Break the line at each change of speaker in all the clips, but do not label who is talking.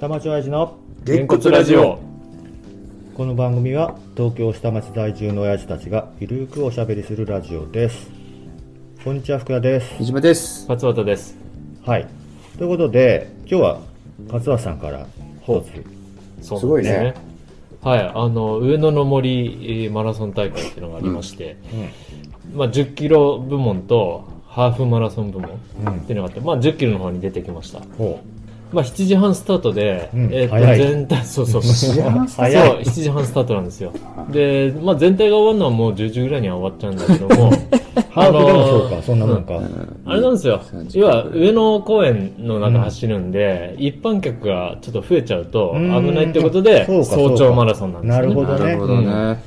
下町親父の
げんこつラジオ
この番組は東京下町在住の親父たちがゆるくおしゃべりするラジオですこんにちは福田です
いじめです。
勝俣です
はいということで今日は勝田さんから一つ
そう
すごいね
なんですはいあの上野の森えーマラソン大会っていうのがありまして、まあ、10キロ部門とハーフマラソン部門っていうのがあって、まあ、10キロの方に出てきました、
ほ
まあ、7時半スタートで、
うん
えーと
早い
全体そうそう
う
そう
早
7
い
時半スタートなんですよで、まあ、全体が終わるのはもう10時ぐらいには終わっちゃうんだけども
ハーフでもそうか、
あのー
そんなもんか、
あれなんですよ
30。
要は、上野公園の中走るんで、一般客がちょっと増えちゃうと危ないってこと
う
で、
んそうかそう
早
か
朝マラソンなんですよ、ね。
なるほどね
なるほどね。
ね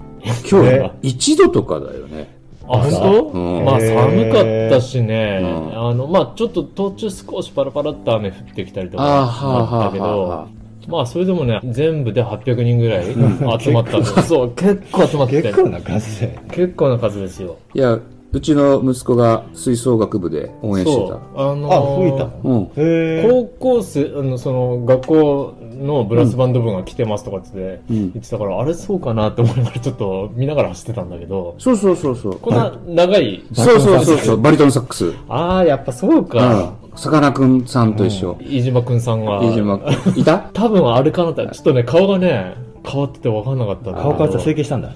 今日、一度とかだよね。
あ、本当、
うん
まあ寒かったしね、
うん
あの、まあちょっと途中少しパラパラっと雨降ってきたりとか
あーはあ
あったけ
はあはあ
ど
は、
まあそれでもね、全部で800人ぐらい集まったんです。そう、結構集まって
結構な数で
結構な数ですよ。
いや、うちの息子が吹奏楽部で応援してた。
う、あのー
あ吹いたの
うん。
へえ
高校生あのその学校のブラスバンド部が来てますとかっつって
うん
言ってたから、あれそうかなって思いながらちょっと見ながら走ってたんだけど
そうそうそうそう。
こんな長い
そうそうそうそう、バリトンサックス。う
ああやっぱそうか、
ん。さかなクンさんと一緒。
飯島君さんが
飯島君。いた
多分あれかなってちょっとね顔がね変わってて分かんなかったんだけど
顔から整形したんだ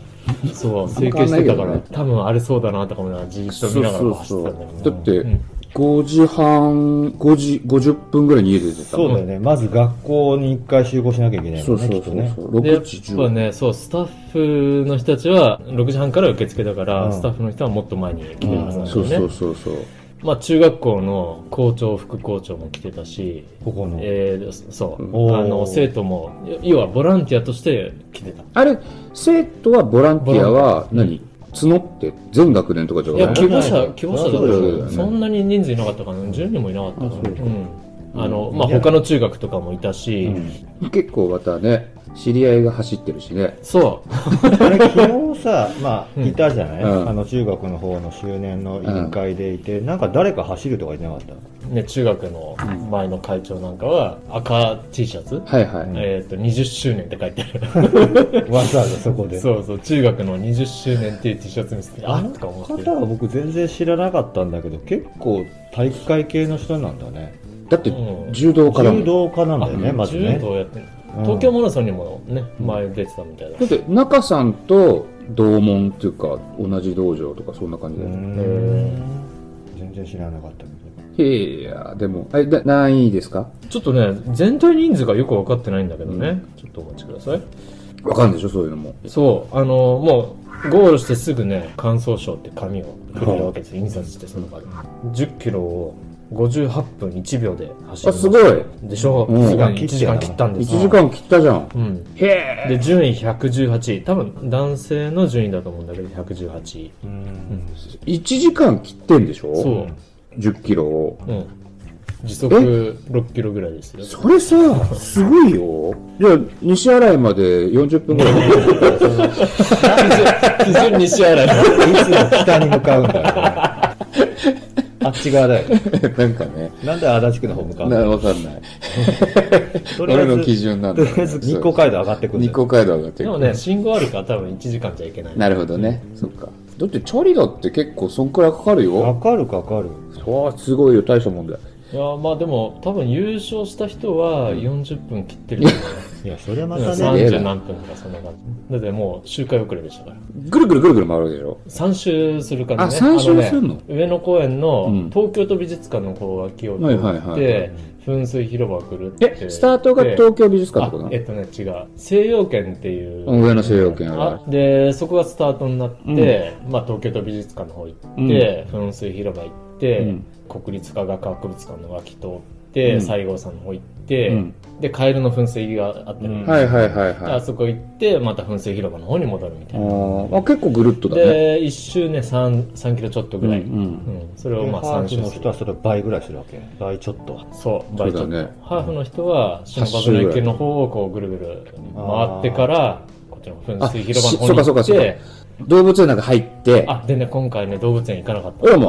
そう整形してたか
わかんな
ら、
いけ
多分あれそうだなとかもねじーっと見ながら走ってたんだけど
だって
ん、
5時半、5時、50分ぐらいに家出てた
そ
も。
うんだよねまず学校に一回集合しなきゃいけない
そ
も
うん
ねき
そう
っと
そう
ね
そう。
でや
6
っ
時10
ぱ
分。
ねそうスタッフの人たちは6時半から受付だから、
うん
スタッフの人はもっと前に来てるはずなんだ
そ
よ
う
ね、
そうそうそう。
まあ、中学校の校長副校長も来てたし、
ここの、
えー、そう
おー
あの生徒も要はボランティアとして来てた
あれ、生徒はボランティアは何、募って全学年とかじゃ
いや
ない
希望者希望者だった
そうだよね
そんなに人数いなかったかな10人もいなかったかなうんあのまあ、
いや
他の中学とかもいたし、
結構またね知り合いが走ってるしね
そう
あれ昨日さ、まあ、いたじゃない、
うん
あの中学の方の周年の委員会でいて、なんか誰か走るとか言ってなかっ
ね、中学の前の会長なんかは赤 T シャツ、
はいはい、
えー、と20周年って書いてある
たわざわざそこで
そうそう中学の20周年っていう T シャツ見せてあ
あ
っ
の
とか思
方
ってる
は僕全然知らなかったんだけど結構体育会系の人なんだね
だって
うん
柔道からも
柔道家なんだよね
あ
まず
柔
ね
道やってる
うん
東京マラソンにもね、前出てたみたいな
だって中さんと同門っていうか同じ道場とかそんな感じ
う
だ
ー
よね、
ん全然知らなかったけど
いやでもえだ何位ですか
ちょっとね全体人数がよく分かってないんだけどね、ちょっとお待ちください
わかんないでしょそういうのも
そうあのもうゴールしてすぐね感想賞って紙をくれるわけですよ印刷してその場で1 0キロを58分1秒で走りました
あすごい
でしょ、
うん
すごい1時間切ったんで
1
すよ
時間切ったじゃん、
うん
へえ
で順位118位多分男性の順位だと思うんだけど118位
うーん
1時間切ってんでしょ
そ
1 0キロを
ううん時速6キロぐらいですよ
それさすごいよじゃあ西新井まで40分ぐらいで
基準西新井
いつも北に向かうんだよねあっち側だよね
なんかね
なんで足立区の方向かう
な
の
わかんない
とりあえず
俺の基準なんだよね
とりあえず日光街道上がってくるんだ
日
よ
光街道上がって
で
くる
もね信号あるから多分1時間じゃいけない
なるほどね、そっかだってチャリだって結構そんくらいかかるよ
かかるかかる
そうすごいよ大したもんだよ
いやまあでも多分優勝した人は40分切ってると思
いやそれ ま
う
た
うん
ね
30何分とかそんな感じだってもう周回遅れでしたから
ぐるぐるぐるぐる回るでしょ
3周する感じね
あ三周するの
あね上野公園
う
の
ん
東京都美術館のこう脇を通
はいはい
っ
はい
て噴水広場をくるって
えスタートが
で
東京美術館ってこと
あ
な
えっとね違う西洋圏っていう、
の上の西洋圏
あ
は
でそこがスタートになって、まあ、東京都美術館の方行って、噴水広場行って、
うん
国立科学博物館の脇通って、
うん
西郷さんの方行って、
うん
でカエルの噴水があったり、
うん
はいはいはいはい
あそこ行ってまた噴水広場の方に戻るみた
あ
いな、
ーあ結構ぐるっとだね
で1周ね 3, 3キロちょっとぐらい、
う
うんん
うん
それをま
ハー
あ3
フ
周
の
す
人
る
はそれ倍ぐらいするわけ倍ちょっと
そう
そ
バ
う
イト
だね
ハーフの人は新
八
橋
周ぐらい
の駅の方をこうぐるぐる回ってからこっちの噴水広場の
あしそうかそ
方
うか
に行っ
そう
て
か動物園なんか入って、
あ、でね、今回ね、動物園行かなかった。
俺
あ
も、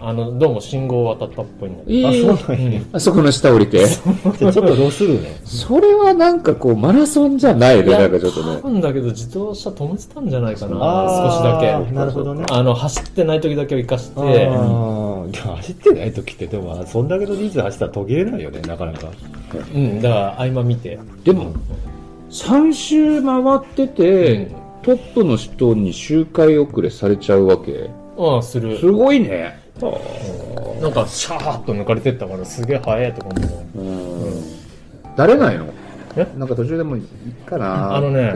あ
あの、どうも信号渡ったっぽいんだけ
え
あ、
ー
そうなんや。
あそこの下降りて。
じゃあちょっとロスるね。
それはなんかこう、マラソンじゃない
ど。
ね、なんかちょっと
多
ね。
分だけど、自動車止めてたんじゃないかな、少し
あー
だけ。
なるほどね。
あの、走ってない時だけを生かして、
あーいや走ってない時って、でも、そんだけの人数走ったら途切れないよね、なかなか。
うん、だから合間見て。
でも、3周回ってて、
うん
トップの人に周回遅れされちゃうわけ。
うん、する。
すごいね。
なんか、シャーッと抜かれてったから、すげえ速いとか思う。
だれないの
え
なんか途中でもいいかな
あのね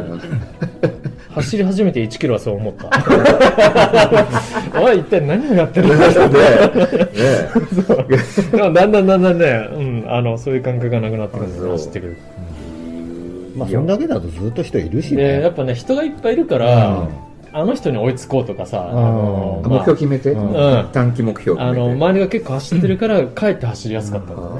走り始めて1キロはそう思 った。おい、一体何をやってる ん
で、
だ
ねえ
でもだんだんだんだんね、うん、あの、そういう感覚がなくなってくるんです
そう
よ、走ってくる。
まあ、そんだけだとずっと人いるし
で、や
ね
っ。ぱね、人がいっぱいいるから、あの人に追いつこうとかさ、あの、
目
まあ
標決めて、
うん
短期目標
あ
決めて。
の、周りが結構走ってるから、かえって走りやすかったんだよね。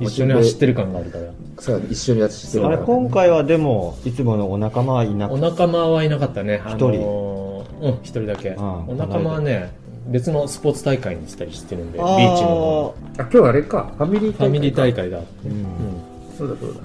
うん。一緒に走ってる感があるから。
そう一緒にやって
あれ、今回はでも、いつものお仲間はいな
お
くて、
仲間はいなかったね。あ
一
のーうん、一人だけ。
あー
お仲間はね、別のスポーツ大会にしたりしてるんで、ビ
あー
ーチの方
あ今日あれか、ファミリー
ファミリー大
会。
会があって。うん。
そうだそうだ。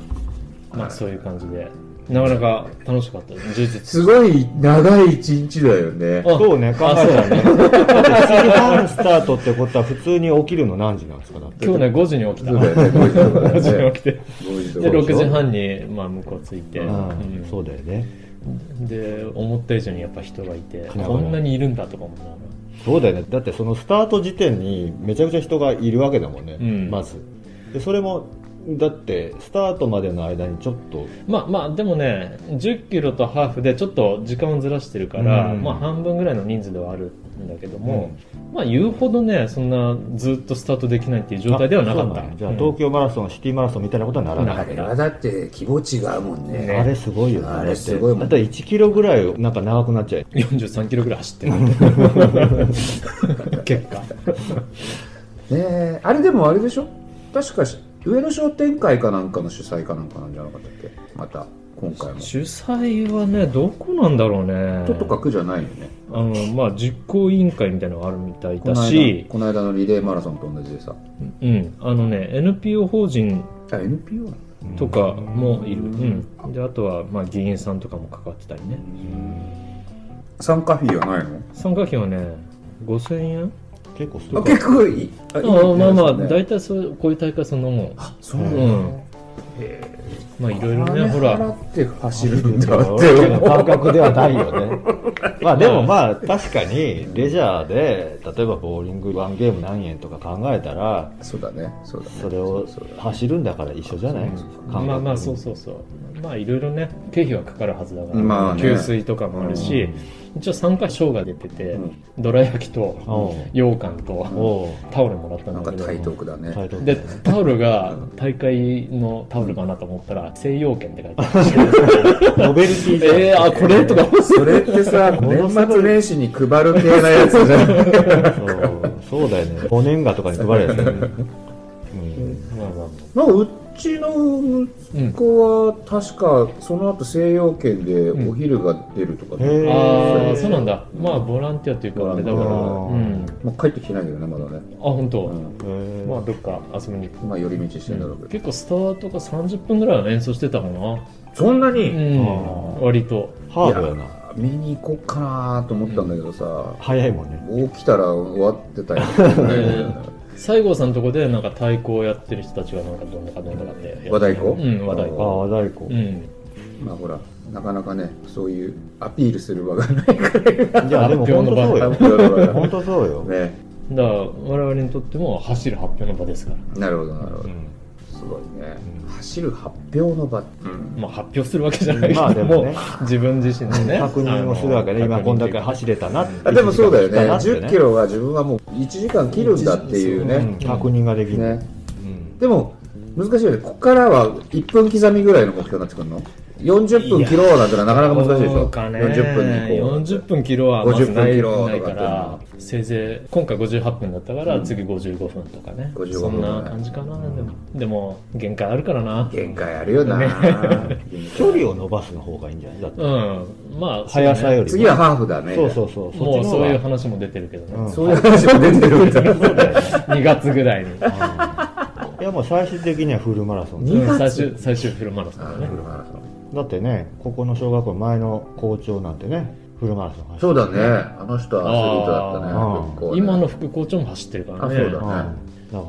まあ、そういう感じで。なかなか楽しかったです。充 実。
すごい長い一日だよね。
あ
そうね、考え
あ
た
そう
らね。
だね。
だって7時半スタートってことは、普通に起きるの何時なんですかだって。
今日ね、5時に起きた。
そうだよね、こういうとこだよ
5時に
ね
起きて。
こういうとこ
で、
でしょ
6時半に、まあ、向こう着いて。
うん、そううだよね。
んで、思った以上にやっぱ人がいて、
ながら
こんなにいるんだとか思う
そうだよね。だってそのスタート時点にめちゃくちゃ人がいるわけだもんね、
うん
まず。で、それも、だって、スタートまでの間にちょっと、
まあまあでもね10キロとハーフでちょっと時間をずらしてるから、
うん
まあ半分ぐらいの人数ではあるんだけども、まあ言うほどねそんなずっとスタートできないっていう状態ではな
あ
かっ
そうなん
た
やじゃあ、東京マラソン、シティマラソンみたいなことはならな
な
か
か
っ
っ
い。
た
あれはだって規模違うもんね。
ね
あれすごいよね。
あれすごいも
だっ
ん
て1キロぐらいなんか長くなっちゃう。
43キロぐらい走って る結果
ねえあれでもあれでしょ確かし上野商店会かなんかの主催かなんかなんじゃなかったっけまた今回も
主催はねどこなんだろうね
ととかくじゃないよね
あのまあ実行委員会みたいなのがあるみたい
この
だ
間
し
この間のリレーマラソンと同じでさ
うんあのね NPO 法人
あ NPO なの
とかもいる、うん、であとはまあ議員さんとかも関わってたりね
参加費はないの
参加費はね5000円
結構すご
あ
い。
結構いいあ
あまあまあ
い
大体そうこういう大会そんなもん
そううなんだ
んまあいろいろねほ
金払
ら
って走るんだっ
俺ら
て
の感覚ではないよね。まあでもまあ確かにレジャーで、例えばボーリング1ゲーム何円とか考えたら、
そうだねそうだね
それを
そうだね
走るんだから一緒じゃない
まあまあそうそうそうまあいろいろね経費はかかるはずだから、
まあね
給水とかもあるし、一応参加賞が出てて、
うん
どら焼きと
おう
羊羹と
おう
タオルもらった
なんん
だ
か
けど
台東区だね
タイトル
でタオルが大会のタオルかなと思ったら西洋圏って書いてある
ノベルティじゃん
えー、あ、これとか思って
それってさ年末年始に配る系なやつじゃん
そうそうだよね5年賀とかに配るやつだよね、うん、
まあまあ
なんかうちの息子は確かその後西洋圏でお昼が出るとか、
へえ
ああ、そうなんだ。まあ、ボランティアというか、
ボラ
あれ
ンテ
だ
ィ
か
ア
う
ら、うんん。
まあ、帰ってきてないけどねまだね、
あ、本当。
うん
へー
まあ、どっか遊びに行く。
まあ寄り道してんだろうけど、
結構スタートが30分ぐらいは演奏してたかな。
そんなに、
う
い
ん。割と。
ハードやな
や見に行こうかなと思ったんだけどさ、
早いもんね
起きたら終わってた よ、ね、
西郷さんのとこで、なんか太鼓をやってる人たちが、なんかどんなかどんなかで。
和太鼓
うん、和太
あ
鼓。
あ和太
う
鼓
ん。
まあほらなかなかねそういうアピールする場がない
いやでも本当そうよ
発表の場が
本当そうよ、
ね
だから、我々にとっても走る発表の場ですから。
なるほどなるほ
う
ど
ん
すごいね、
うん
走る発表の場、うん
まあ、発表するわけじゃないけど
まあでもね
自分自身のね。
確認をするわけね
あの
今こんだけ走れたな
あでもそうだよね
1
10キロは自分はもう1時間切るんだっていうね
うん確認ができる、
ね
うん
でも難しいよねここからは1分刻みぐらいの目標になってくるの40分切ろうなんてのはなかなか難しいでし
そ
ょ
うかね
40分にこう
40分キロはまず
50
な
分
い
キロ
ないか
とから
せいぜい今回58分だったから、次55分とかね
55分
そんな感じかな、でもでも限界あるからな
限界あるよな、
距離を伸ばすの方がいいんじゃないだって
うんまあ
速さより
次はハーフだね
そうそうそうそっ
もう
ちの方
そう
が
いう話も出てるけどね、
そういう話も出てるみたいな
2月ぐらいに
いやもう最終的にはフルマラソン
2
うん最
月
終最終フルマラソン
あ
だね
フルマラソン
だってねここの小学校の前の校長なんてねフルマラソン走って
そうだねあの人はアスリートだったね
あー
結構ね
今の副校長も走ってるからね
あそうだ
うんだから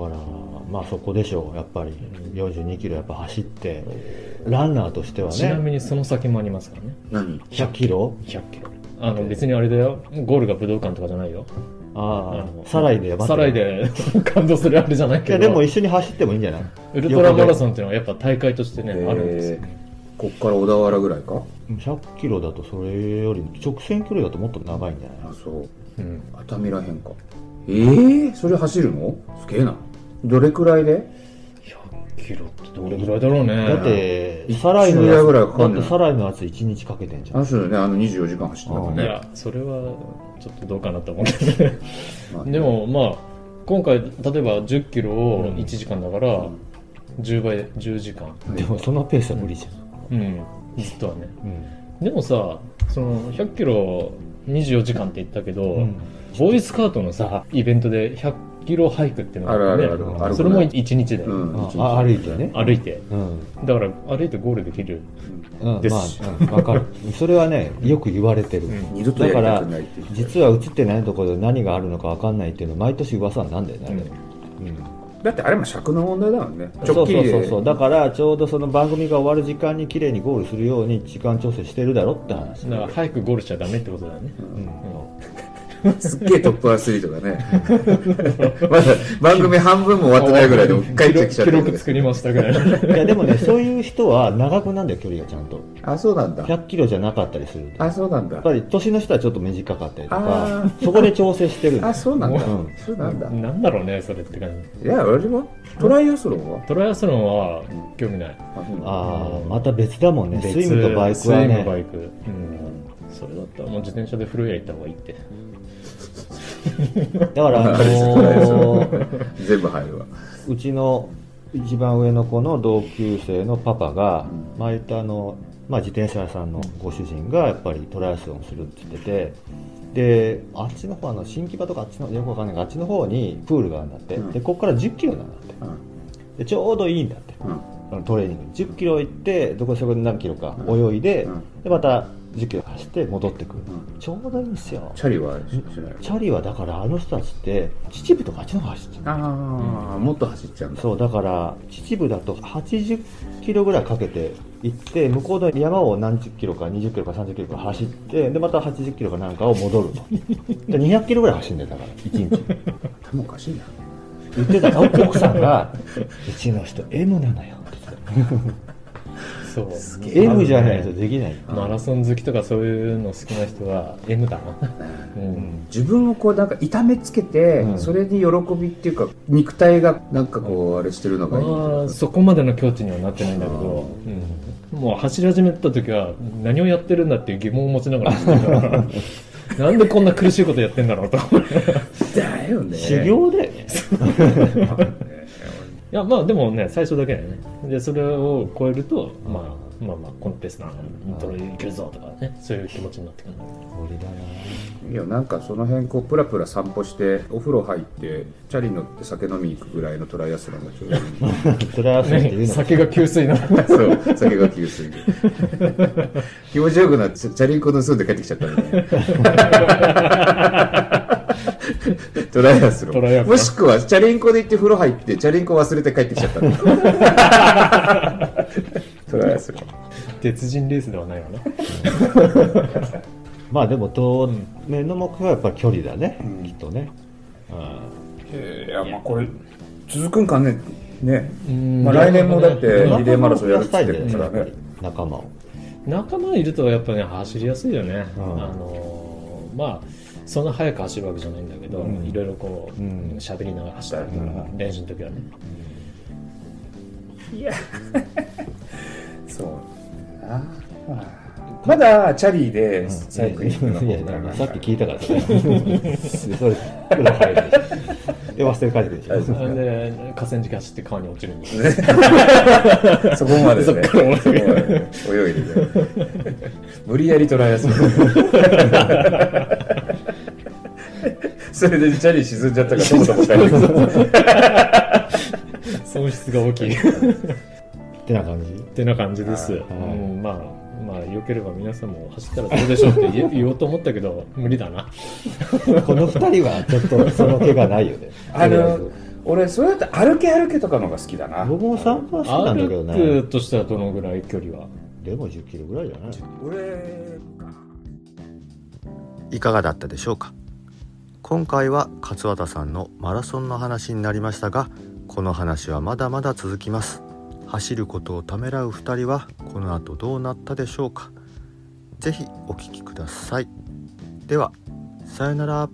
まあそこでしょうやっぱり42キロやっぱ走ってランナーとしては
ちな
ね
みにその先もありますから
何
ね
100キロ
100キロあの別にあれだよゴールが武道館とかじゃないよ
あ
う
あ
ん
サライでやば
サライで 感動するあれじゃない
い
け
や
ど
でも一緒に走ってもいいんじゃない
ウルトラマラソ
ン
ンっていうのはやっぱ大会としてね、あるんですよ
こっから小田原ぐらいか
100キロだとそれより直線距離だともっと長いんじゃない
あそう
うん
熱海らへんかええそれ走るのすげえなどれくらいで
100キロってどれぐらいだろうね
だって
一
サライの
週
や
間
つ
ぐらいかか
だ
ん
っ
ない
てサライのやつ1日かけてんじ
あ
ゃん
の人ねあの24時間走ってたもん
い
ね
やそれはちょっとどうかなと思うけどね
まあ
でもまあ今回例えば1 0キロを1時間だから、10倍10時間
でもそのペースは無理じゃん
うんずっとはね
うん
でもさその100キロ24時間って言ったけど、
うん
ボーイスカートのさイベントで100キロハイクっていうのがって
あるあるあるある
それも1日で、
うん一日
あ歩いてね
歩いて
うん
だから歩いてゴールできる
うん
です
まあうんわかるそれはねよく言われてる、
ん
二度とやりたくないって言って
実は映ってないところで何があるのかわかんないっていうの毎年噂なんだよね、うん
だってあれも尺の問題だもんね
そ
直
う
帰
そう
で
そうそうだからちょうどその番組が終わる時間に綺麗にゴールするように時間調整してるだろって話、
だから早くゴールしちゃダメってことだよね、
すっげえトップアスリートがね まだ番組半分も終わってないぐらいでも帰ってきちゃっ
記
てる
録作 りましたぐらい
いやでもねそういう人は長くなんだよ距離がちゃんと
あそうなんだ
100キロじゃなかったりするとやっ
あそうなんだ
ぱり年の人はちょっと短かったりと
あ
かそこで調整してるんだ
あ そうなんだ
うん
そうなんだ
なんだろうねそれって感
い
じ
や俺もトライアスロンは
トライアスロンは興味ない、
あそうなんだ
ああまた別だもんね
別
スイムとバイクは
スイムバ
ね
イクうんそれだったらもう自転車で古谷行った方がいいって
だ からあのー
全部入るわ
うちの一番上の子の同級生のパパが前とあの、まあ、自転車屋さんのご主人がやっぱりトライアスロンするって言っててであっちの方あの新木場とかあっちのよくわかんないけどあっちの方にプールがあるんだって、
うん
でここから1 0キロなんだって
うん
でちょうどいいんだって
うん
そのトレーニング1 0キロ行ってどこそこで何キロか泳いで,、
うん
でまた1 0キロ走って戻ってくる、
う
ちょうどいいんですよ
チャリはしない
チャリはだからあの人たちって秩父とかあっちの方走ってる
ああもっと走っちゃうんだ
そうだから秩父だと80キロぐらいかけて行って向こうの山を何十キロか20キロか30キロか走ってでまた80キロかなんかを戻るとで200キロぐらい走るんだよだから1日
頭おかしいな
言ってたよ奥さんが「うちの人 M なのよ」って言って
そう
た M じゃないとできない
マラソン好きとかそういうの好きな人は M だな、 うん、
自分をこうなんか痛めつけて、
うん
それに喜びっていうか肉体がなんかこうあれしてるのがいい、
まあそこまでの境地にはなってないんだけど、うんもう走り始めた時は何をやってるんだっていう疑問を持ちながら走ってたから なんでこんな苦しいことやってんだろうとい
だよね
修行だよね
やまあでもね最初だけだよねでそれを超えると、まあ、まあまあこのペースなトロいけるぞとかねそういう気持ちになってくるんだ
俺だない
やなんかその辺こうプラプラ散歩してお風呂入ってチャリ乗って酒飲みに行くぐらいのトライアスロンがちょうどいい
トライアスロンっていうのは
酒が給水な
そう酒が給水気持ちよくなってチャリンコ盗んで帰ってきちゃったみたいなトライアスロン
トライアスロン
もしくはチャリンコで行って風呂入ってチャリンコ忘れて帰ってきちゃったみたいなトライアスロン
鉄人レースではないよね
まあでも当面の目標はやっぱり距離だね、
うん
きっとね
いやまあこれ続くんかねね、
うん
まあ、来年もだってリレ
うん
ーマラソンやるっつって
仲間を増やしたいん
る
だよね
か
や
ら
っぱり
ね
仲間を
仲間いるとやっぱね走りやすいよね、
うん
あのーまあそんな速く走るわけじゃないんだけど、
うん
いろいろこう
うん
喋、りながら走ったりとか、
う
練習の時はね
そうなまだチャリでサイクリング
いや
の方
いやい
が
やさっき聞いたからねそれくださいでしょで忘れ帰ってくるでしょ
あで河川敷走って川に落ちるんです
そこまで、ね、
そっから
そこまでね泳いでね無理やりトライアスロン それでチャリ沈んじゃったからともとも帰ってくる
損失が大 きいっ
ってな感じ
てな感じです、
はい
うんまあまあよければ皆さんも走ったらどうでしょうって言え言おうと思ったけど無理だな
この二人はちょっとその毛がないよね
あの俺それだと歩け歩けとかのが好きだな
僕も散歩は好きなんだけど
歩
ね
くとしたらどのぐらい距離は
でも1 0キロぐらいじゃない
俺
いかがだったでしょうか今回は勝俣さんのマラソンの話になりましたがこの話はまだまだ続きます走ることをためらう2人はこの後どうなったでしょうかぜひお聞きくださいではさようなら